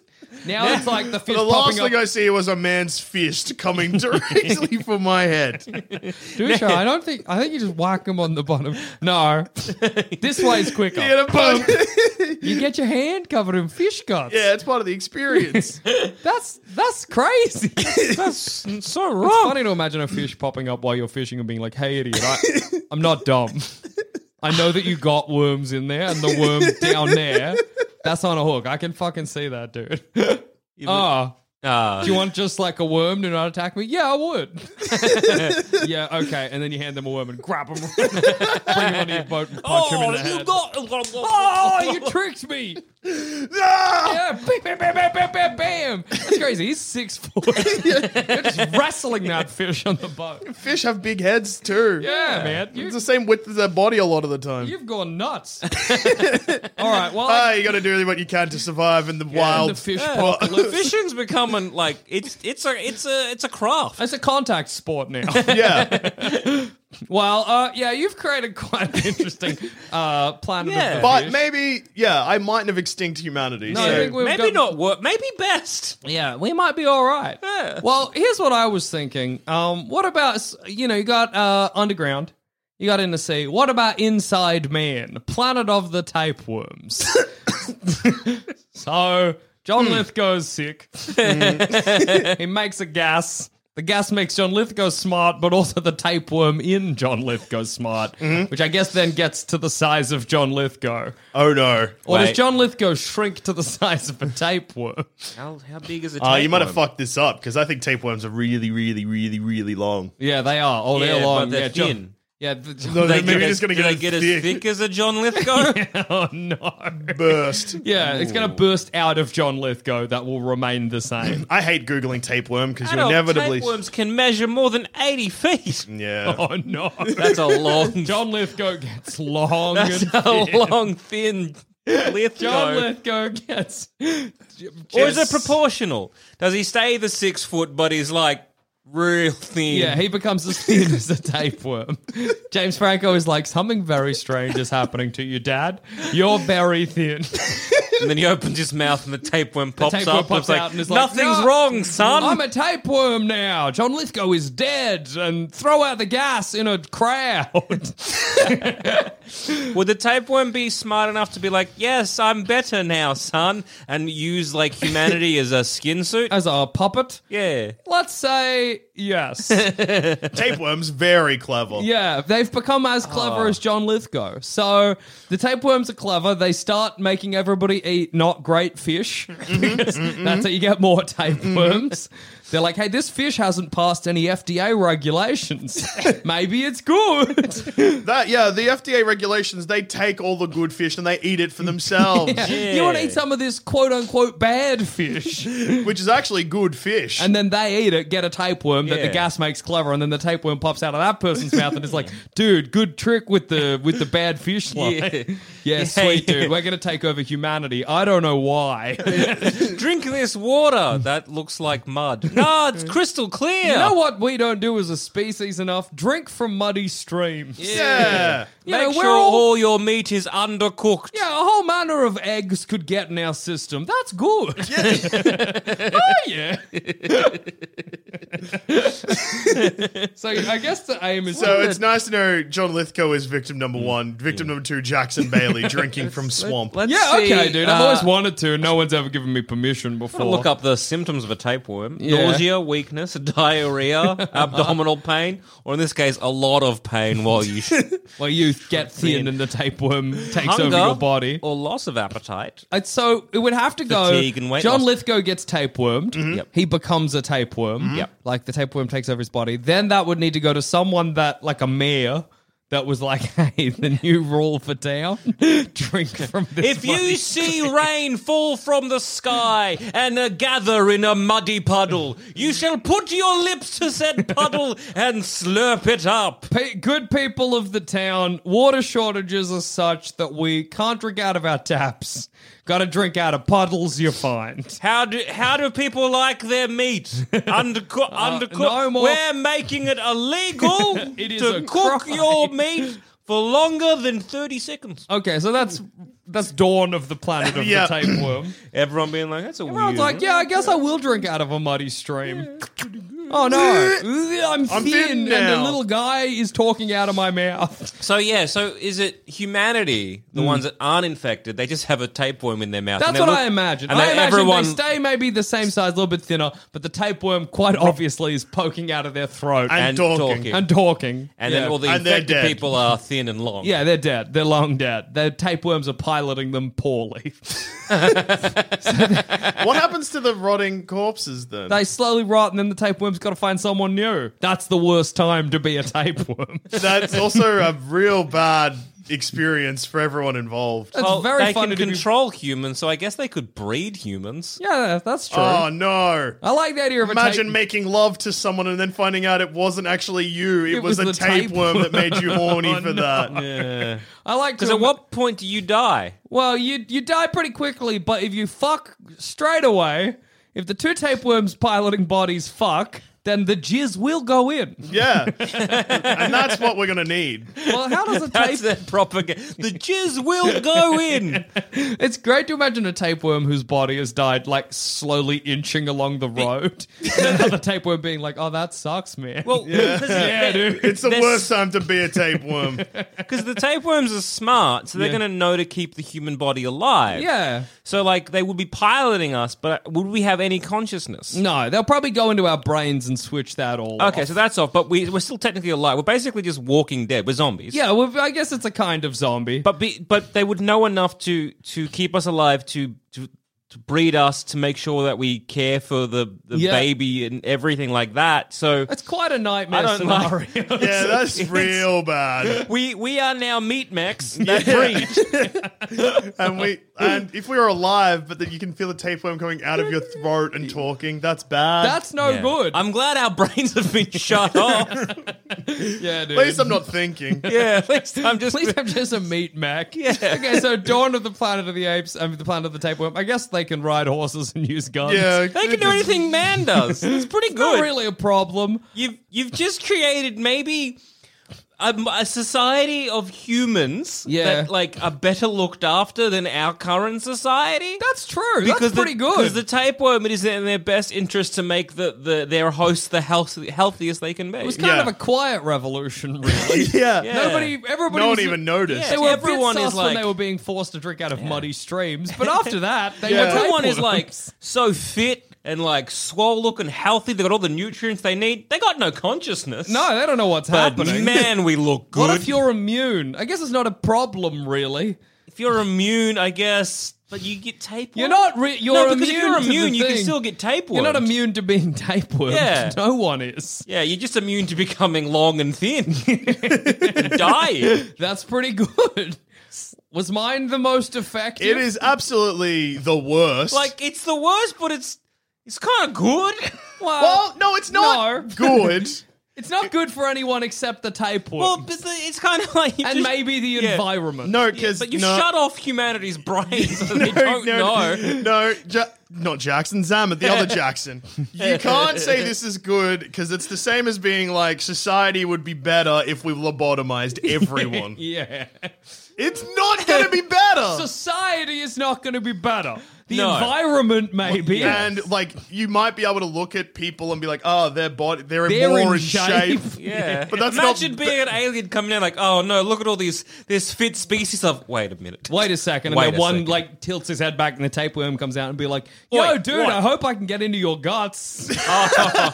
D: Now it's like the fish
C: The last
D: popping
C: thing
D: up.
C: I see was a man's fist coming directly for my head.
D: Dusha, I don't think. I think you just whack him on the bottom. No, this way's quicker.
C: Yeah, the bug-
D: You get your hand covered in fish guts.
C: yeah, it's part of the experience.
D: That's that's crazy. that's
B: so
D: it's funny to imagine a fish popping up while you're fishing and being like, "Hey, idiot, I, I'm not dumb. I know that you got worms in there, and the worm down there. That's on a hook. I can fucking see that, dude. Ah."
B: Uh,
D: Do you want just like a worm to not attack me? Yeah, I would. yeah, okay. And then you hand them a worm and grab them, bring them onto your boat, and punch him in the head. Oh, you tricked me! Yeah, bam, bam, bam, bam, bam, bam, bam. That's crazy. He's six foot. You're just wrestling that fish on the boat.
C: Fish have big heads too.
D: Yeah, man. You,
C: It's the same width as their body a lot of the time.
D: you've gone nuts. All right. Well,
C: Ah,
D: I,
C: you got to do what you can to survive in the
D: and
C: wild.
D: the fish
C: Well,
D: apocalypse.
B: oh, Fishing's becoming like it's it's a it's a it's a craft.
D: It's a contact sport now.
C: yeah,
D: well, uh, yeah, you've created quite an interesting uh, planet. of
B: Yeah.
D: the
C: but
D: fish.
C: maybe yeah, I mightn't have extinct humanity.
D: No, I
C: so-
D: think we've
B: maybe
D: got-
B: not work. Maybe best.
D: Yeah, we might be all right.
B: Yeah.
D: Well, here's what I was thinking. Um, what about you know you got uh, underground, you got in the sea. What about inside man, planet of the tapeworms?
B: Hmm.
D: so John Lithgow's sick. he makes a gas. The gas makes John Lithgow smart, but also the tapeworm in John Lithgow smart,
B: Mm-hmm.
D: which I guess then gets to the size of John Lithgow.
C: Oh no.
D: Or
B: Wait.
D: does John Lithgow shrink to the size of a tapeworm?
B: How, how big is it?
D: Oh,
C: Uh, you might have fucked this up because I think tapeworms are really, really, really, really long.
D: yeah, they are. Oh,
B: Yeah,
D: they're long.
B: but they're
D: yeah, John-
B: thin.
D: yeah, the, John
C: No,
B: They
C: they're maybe
B: get
C: just
B: as,
C: gonna
B: do
C: get
B: they
C: as
B: get
C: thick.
B: as thick as a John Lithgow.
D: oh no.
C: Burst.
D: Yeah, it's going to burst out of John Lithgow. That will remain the same.
C: I hate googling tapeworm because you
B: Adult
C: inevitably.
B: tapeworms can measure more than eighty feet.
C: Yeah.
D: oh no,
B: That's a long.
D: John Lithgow gets long.
B: that's
D: and
B: a
D: thin.
B: long thin
D: John
B: Lithgow.
D: Lithgow gets.
B: Or is it proportional? Does he stay the six foot, but he's like real thin?
D: Yeah, he becomes as thin as a tapeworm. James Franco is like, something very strange is happening to you, Dad. You're very thin.
B: and then he opens his mouth, and the tapeworm pops
D: tapeworm
B: up.
D: pops
B: and it's
D: out and is like,
B: nothing's
D: "No,
B: wrong, son.
D: I'm a tapeworm now. John Lithgow is dead, and throw out the gas in a crowd.
B: Would the tapeworm be smart enough to be like, "Yes, I'm better now, son," and use like humanity as a skin suit?
D: As a puppet?
B: Yeah.
D: Let's say yes.
C: Tapeworms, very clever.
D: yeah, they've become as clever as John Lithgow. So the tapeworms are clever. They start making everybody eat not great fish. Because That's how you get more tapeworms. They're like, hey, this fish hasn't passed any FDA regulations. Maybe it's good.
C: That yeah, the FDA regulations they take all the good fish and they eat it for themselves,
D: You want to eat some of this quote unquote bad fish.
C: which is actually good fish.
D: And then they eat it, get a tapeworm that
B: Yeah.
D: the gas makes clever, and then the tapeworm pops out of that person's mouth and is like, "Dude, good trick with the with the bad fish line." Yeah, sweet dude, we're gonna take over humanity. I don't know why.
B: Drink this water. That looks like mud. No, it's crystal clear.
D: Hmm. You know what we don't do as a species enough? Drink from muddy streams. Yeah,
C: yeah.
D: you
B: Make
D: know, we're
B: sure all...
D: all-
B: your meat is undercooked.
D: yeah, a whole manner of eggs could get in our system. That's good. Yeah. oh yeah. so I guess the aim is
C: So it's nice to know John Lithgow is victim number one, victim number two, Jackson Bailey drinking from swamp.
B: Let's
D: Yeah,
B: see,
D: okay, dude. I've
B: uh,
D: always wanted to. No one's ever given me permission before.
B: Look up the symptoms of a tapeworm:
D: Yeah.
B: nausea, weakness, diarrhea, abdominal pain, or in this case, a lot of pain while you
D: Well, you get thin and the tapeworm takes
B: hunger
D: over your body.
B: or loss of appetite.
D: And Uh, so it would have to go.
B: Fatigue and weight
D: John
B: loss. Mm-hmm.
D: Lithgow gets tapewormed.
B: Yep. Mm-hmm.
D: He becomes a tapeworm.
B: Yep.
D: Like the tapeworm takes over his body. Then that would need to go to someone that, like a mayor, that was like, hey, the new rule for town drink from this.
B: If
D: muddy-
B: you see rain fall from the sky and uh, gather in a muddy puddle, you shall put your lips to said puddle and slurp it up.
D: Pe- good people of the town, water shortages are such that we can't drink out of our taps. Gotta drink out of puddles, you find.
B: How do how do people like their meat? Undercooked. undercooked.
D: Uh, no more-
B: We're making it illegal
D: It is
B: to
D: a
B: cook
D: crime.
B: your meat for longer than thirty seconds.
D: Okay, so that's that's dawn of the planet of
C: Yeah.
D: the tapeworm.
B: Everyone being like, "That's a
D: I was
B: weird."
D: like, yeah, I guess I will drink out of a muddy stream. Oh no, I'm thin,
C: I'm thin
D: and the
C: now.
D: little guy is talking out of my mouth.
B: So yeah, so is it humanity? The ones that aren't infected, they just have a tapeworm in their mouth. and
D: That's
B: they
D: what
B: look-
D: I imagine.
B: And
D: I
B: then
D: imagine
B: everyone
D: they stay maybe the same size, a little bit thinner, but the tapeworm quite obviously is poking out of their throat
C: And talking.
D: and talking.
B: And
D: Yeah.
B: then all the
C: And they're
B: infected
C: dead.
B: people are thin and long.
D: Yeah, they're dead. They're long dead. Their tapeworms are piloting them poorly.
C: What happens to the rotting corpses then?
D: they slowly rot, and then the tapeworm's got to find someone new. That's the worst time to be a tapeworm.
C: That's also a real bad experience for everyone involved.
D: That's
B: Well,
D: very
B: they
D: funny
B: can
D: to be-
B: control humans, so I guess they could breed humans.
D: Yeah, that's true.
C: Oh no.
D: I like the idea of a
C: Imagine
D: tape-
C: making love to someone and then finding out it wasn't actually you. It, was,
D: was
C: a
D: the tape- Oh,
C: tapeworm that made you horny for that.
D: I like
B: Because
D: to
B: at what point do you die?
D: well, you you die pretty quickly, but if you fuck straight away, if the two tapeworms piloting bodies fuck, then the jizz will go in.
C: Yeah. and that's what we're going to need.
D: Well, how does a
B: That's
D: tape?
B: their propaganda. The jizz will go in.
D: It's great to imagine a tapeworm whose body has died, like slowly inching along the road, and another tapeworm being like, "Oh, that sucks, man."
B: Well, yeah,
C: It's the worst time to be a tapeworm.
B: Because the tapeworms are smart, so they're
D: Yeah.
B: going to know to keep the human body alive.
D: yeah.
B: So, like, they would be piloting us, but would we have any consciousness?
D: No, they'll probably go into our brains and can switch that all.
B: Okay,
D: off.
B: so that's off, but we, we're still technically alive. We're basically just walking dead. We're zombies.
D: yeah. Well, I guess it's a kind of zombie.
B: But be, but they would know enough to to keep us alive to to, to breed us to make sure that we care for the, the
D: Yeah.
B: baby and everything like that. So
D: it's quite a nightmare
B: I don't like-
D: scenario.
C: Yeah, that's real bad.
B: we we are now meat mechs that breed.
C: And we and if we were alive, but then you can feel the tapeworm coming out of your throat and talking, that's bad.
D: That's no
B: Yeah.
D: good.
B: I'm glad our brains have been shut off.
D: yeah, dude.
C: at least I'm not thinking.
B: yeah, at least I'm just.
D: Please have just a meat mac. Yeah. Okay, so Dawn of the Planet of the Apes, I mean, the Planet of the Tapeworm. I guess they can ride horses and use guns.
C: Yeah,
B: They can do anything man does. It's pretty
D: It's Not
B: good.
D: really a problem.
B: You've you've just created maybe a, a society of humans
D: Yeah.
B: that like are better looked after than our current society.
D: That's true. That's pretty
B: the,
D: good.
B: Because the tapeworm, it is in their best interest to make the, the their host the health, healthiest they can be.
D: it was kind
C: Yeah.
D: of a quiet revolution, really.
C: Yeah.
B: Yeah.
D: Nobody, everybody.
C: No one
D: was-
C: even noticed.
D: They were
B: Everyone
D: everyone
B: is
D: is when
B: like-
D: they were being forced to drink out of muddy streams, but after that, they
C: Yeah.
D: were
B: Everyone is
D: tapeworms.
B: like so fit and like swole looking healthy. They got all the nutrients they need. They got no consciousness.
D: no, they don't know what's
B: But
D: happening.
B: man, we look good.
D: What if you're immune? I guess it's not a problem, really.
B: if you're immune, I guess, but you get tapeworm.
D: You're not. Re- you're
B: no, because if
D: immune
B: you're
D: to the
B: immune, you can
D: thing.
B: still get tapeworm.
D: You're not immune to being tapeworm.
B: Yeah.
D: No one is.
B: Yeah, you're just immune to becoming long and thin, and dying.
D: That's pretty good. Was mine the most effective?
C: It is absolutely the worst.
B: Like it's the worst, but it's it's kind of good. uh,
D: Well,
C: well, no, it's not
D: No.
C: good.
D: it's not good for anyone except the tapeworm.
B: Well, but the- it's kind of like you
D: and
B: just-
D: maybe the
B: yeah.
D: environment.
C: No,
B: Yeah,
C: because
B: but you
C: no,
B: shut off humanity's brains so they don't know.
C: no, no, Ja- not Jackson Zammit, the other Jackson. You can't say this is good because it's the same as being like society would be better if we lobotomized everyone.
D: Yeah.
C: It's not going to be better.
D: Society is not going to be better. The
B: No.
D: environment, maybe.
C: And like you might be able to look at people and be like, oh, their body, they're,
D: They're
C: more
D: in
C: in, shape.
D: shape.
B: Yeah,
C: But that's not
B: imagine being an alien coming in like, oh no, look at all these this fit species of. Wait a minute.
D: Wait a second, and
B: Wait
D: then
B: a
D: one
B: second.
D: like tilts his head back, and the tapeworm comes out and be like, "Yo,
B: Oi,
D: dude,
B: what?"
D: I hope I can get into your guts." that's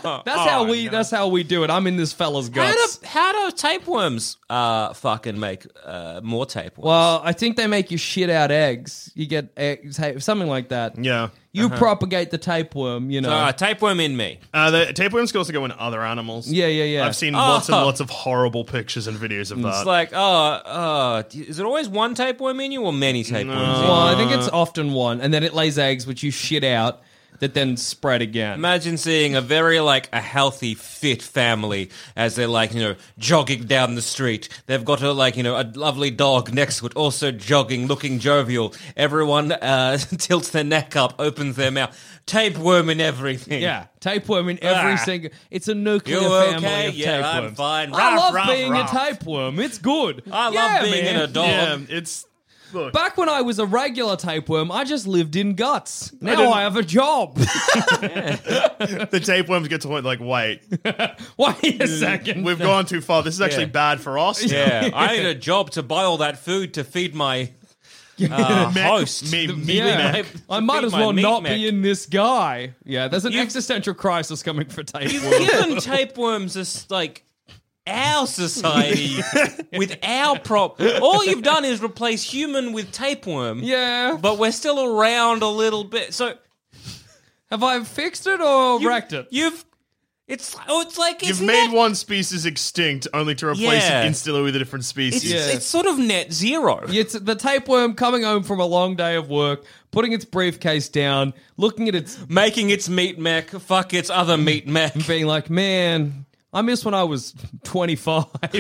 D: how we. That's how we do it. I'm in this fella's
B: How
D: guts.
B: do, how do tapeworms uh, fucking make uh, more tapeworms?
D: Well, I think they make you shit out eggs. You get eggs, hey, something like that.
C: Yeah.
D: You propagate the tapeworm, you know.
B: All uh-huh. right, tapeworm in me.
C: Uh, the tapeworms can also go in other animals.
D: Yeah, yeah, yeah.
C: I've seen lots and
B: Oh.
C: lots of horrible pictures and videos of that.
B: It's like, oh, uh, is it always one tapeworm in you or many tapeworms? in you?
D: well, I think it's often one, and then it lays eggs, which you shit out, that then spread again.
B: Imagine seeing a very like a healthy, fit family as they're like you know jogging down the street. They've got a like you know a lovely dog next to it, also jogging, looking jovial. Everyone uh, tilts their neck up, opens their mouth, tapeworm in everything.
D: yeah, tapeworm in every
B: Ah.
D: single. It's a nuclear
B: You
D: family
B: okay?
D: of
B: Yeah, I'm
D: tapeworms.
B: fine.
D: I
B: Ruff,
D: love
B: ruff,
D: being
B: ruff.
D: a tapeworm. It's good.
B: I love
D: Yeah,
B: being
D: man.
B: in a dog.
C: yeah, it's look.
D: Back when I was a regular tapeworm, I just lived in guts. Now
C: didn't-
D: I, have a job.
C: the tapeworms get to the point like, wait,
D: Wait a second.
C: we've gone too far. This is actually
B: Yeah.
C: bad for us.
B: Yeah, I need a job to buy all that food to feed my uh,
C: Mech-
B: host.
C: me- me-
D: Yeah,
B: mech.
D: I might
B: Feed
D: as
B: my
D: well
B: meat
D: not
B: mech.
D: be in this guy. Yeah, there's an
B: You-
D: existential crisis coming for tapeworm.
B: You've given tapeworms as like our society with our prop. All you've done is replace human with tapeworm.
D: yeah,
B: but we're still around a little bit. So
D: have I fixed it or
B: you-
D: wrecked it?
B: You've it's oh, it's like it's
C: You've made
B: net-
C: one species extinct only to replace
B: Yeah.
C: it instantly with a different
B: It's,
C: species.
D: Yeah.
B: it's sort of net zero.
D: It's the tapeworm coming home from a long day of work, putting its briefcase down, looking at its
B: Making its meat mech, fuck its other meat mech.
D: being like, man, I miss when I was 25. what?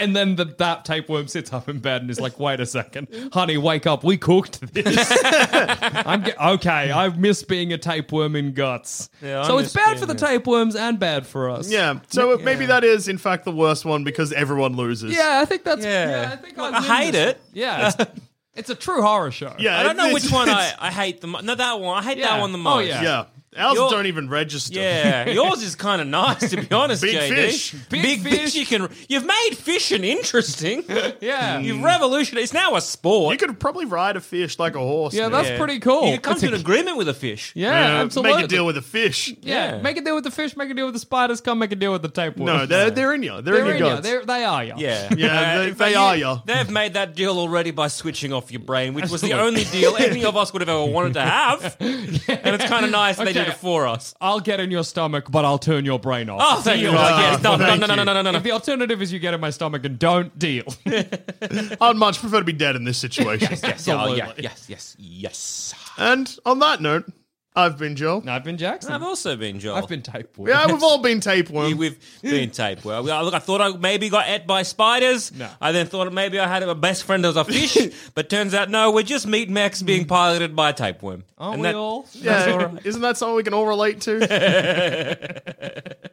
D: And then the, that tapeworm sits up in bed and is like, wait a second. Honey, wake up. We cooked this. I'm ge- okay, I miss being a tapeworm in guts.
B: Yeah, I
D: so it's
B: miss
D: bad for the
B: being
D: tapeworms and bad for us.
C: Yeah. So maybe that is, in fact, the worst one because everyone loses.
D: Yeah, I think that's. Yeah,
B: Yeah.
D: I think
B: Look,
D: I,
B: I
D: win
B: hate
D: this.
B: it.
D: Yeah. It's, it's a true horror show.
C: Yeah.
B: I don't know
C: it's-
B: which one I,
C: it's-
B: I hate the mo- no that one I hate
D: Yeah.
B: that one the
D: Oh,
B: most.
D: yeah.
C: Yeah. Ours
B: You're-
C: don't even register.
B: Yeah, yours is kind of nice to be honest,
C: Big
B: JD.
C: fish.
B: Big,
D: Big
B: fish.
D: fish. Mm.
B: You can. You've made fishing interesting.
D: Yeah.
C: Mm.
B: You've revolutionized. It's now a sport.
C: You could probably ride a fish like a horse.
D: Yeah,
C: now.
D: that's pretty cool.
B: You could come
D: It's
B: to
D: a-
B: an agreement with a fish.
D: Yeah,
C: Uh,
D: absolutely.
C: Make a deal with a fish.
D: Yeah.
B: Yeah.
D: make a deal with the fish. Make a deal with the spiders. Come make a deal with the tapeworm.
C: No, they're, they're in you. They're,
D: they're
C: in your
D: ya.
C: guts.
D: They're, they are you.
B: Yeah,
C: Yeah, they-
B: in fact,
C: they are, yeah.
B: They've made that deal already by switching off your brain, which was the only deal any of us would have ever wanted to have. And it's kind of nice they did
D: Okay.
B: it for us.
D: I'll get in your stomach, but I'll turn your brain off.
B: Oh, thank you.
D: Deal.
B: Right, yes, done.
C: thank
B: No, no, no, no, no, no, oh,
D: If the alternative is you get in my stomach and don't deal,
C: I'd much prefer to be dead in this situation.
B: no. Oh, Yeah, yes, yes, yes.
C: And on that note, I've been Joel.
D: I've been Jackson.
B: I've also been Joel.
D: I've been tapeworm.
C: Yeah, we've all been
B: We-
C: tapeworm.
B: We've been taped. Well, we- look, I thought I maybe got ate by spiders.
D: No.
B: I then thought maybe I had a best friend that was a fish, but turns out no, we're just meat mechs being piloted by a tapeworm.
D: Aren't
B: And
D: we
B: that-
D: all?
C: yeah.
D: That's all right.
C: Isn't that something we can all relate to?